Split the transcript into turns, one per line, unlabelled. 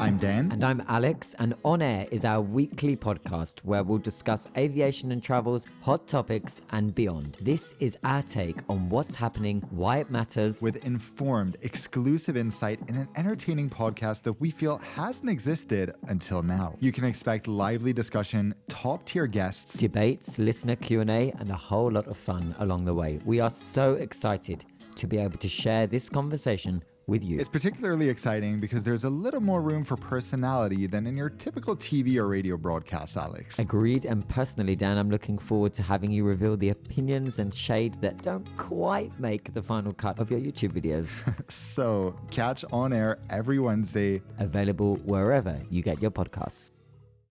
I'm Dan.
And I'm Alex, and On Air is our weekly podcast where we'll discuss aviation and travels, hot topics, and beyond. This is our take on what's happening, why it matters.
With informed, exclusive insight and an entertaining podcast that we feel hasn't existed until now. You can expect lively discussion, top tier guests.
debates, listener Q&A, and a whole lot of fun along the way. We are so excited to be able to share this conversation with you.
It's particularly exciting because there's a little more room for personality than in your typical TV or radio broadcast, Alex.
Agreed, and personally, Dan, I'm looking forward to having you reveal the opinions and shade that don't quite make the final cut of your YouTube videos.
So catch on air every Wednesday
Available wherever you get your podcasts.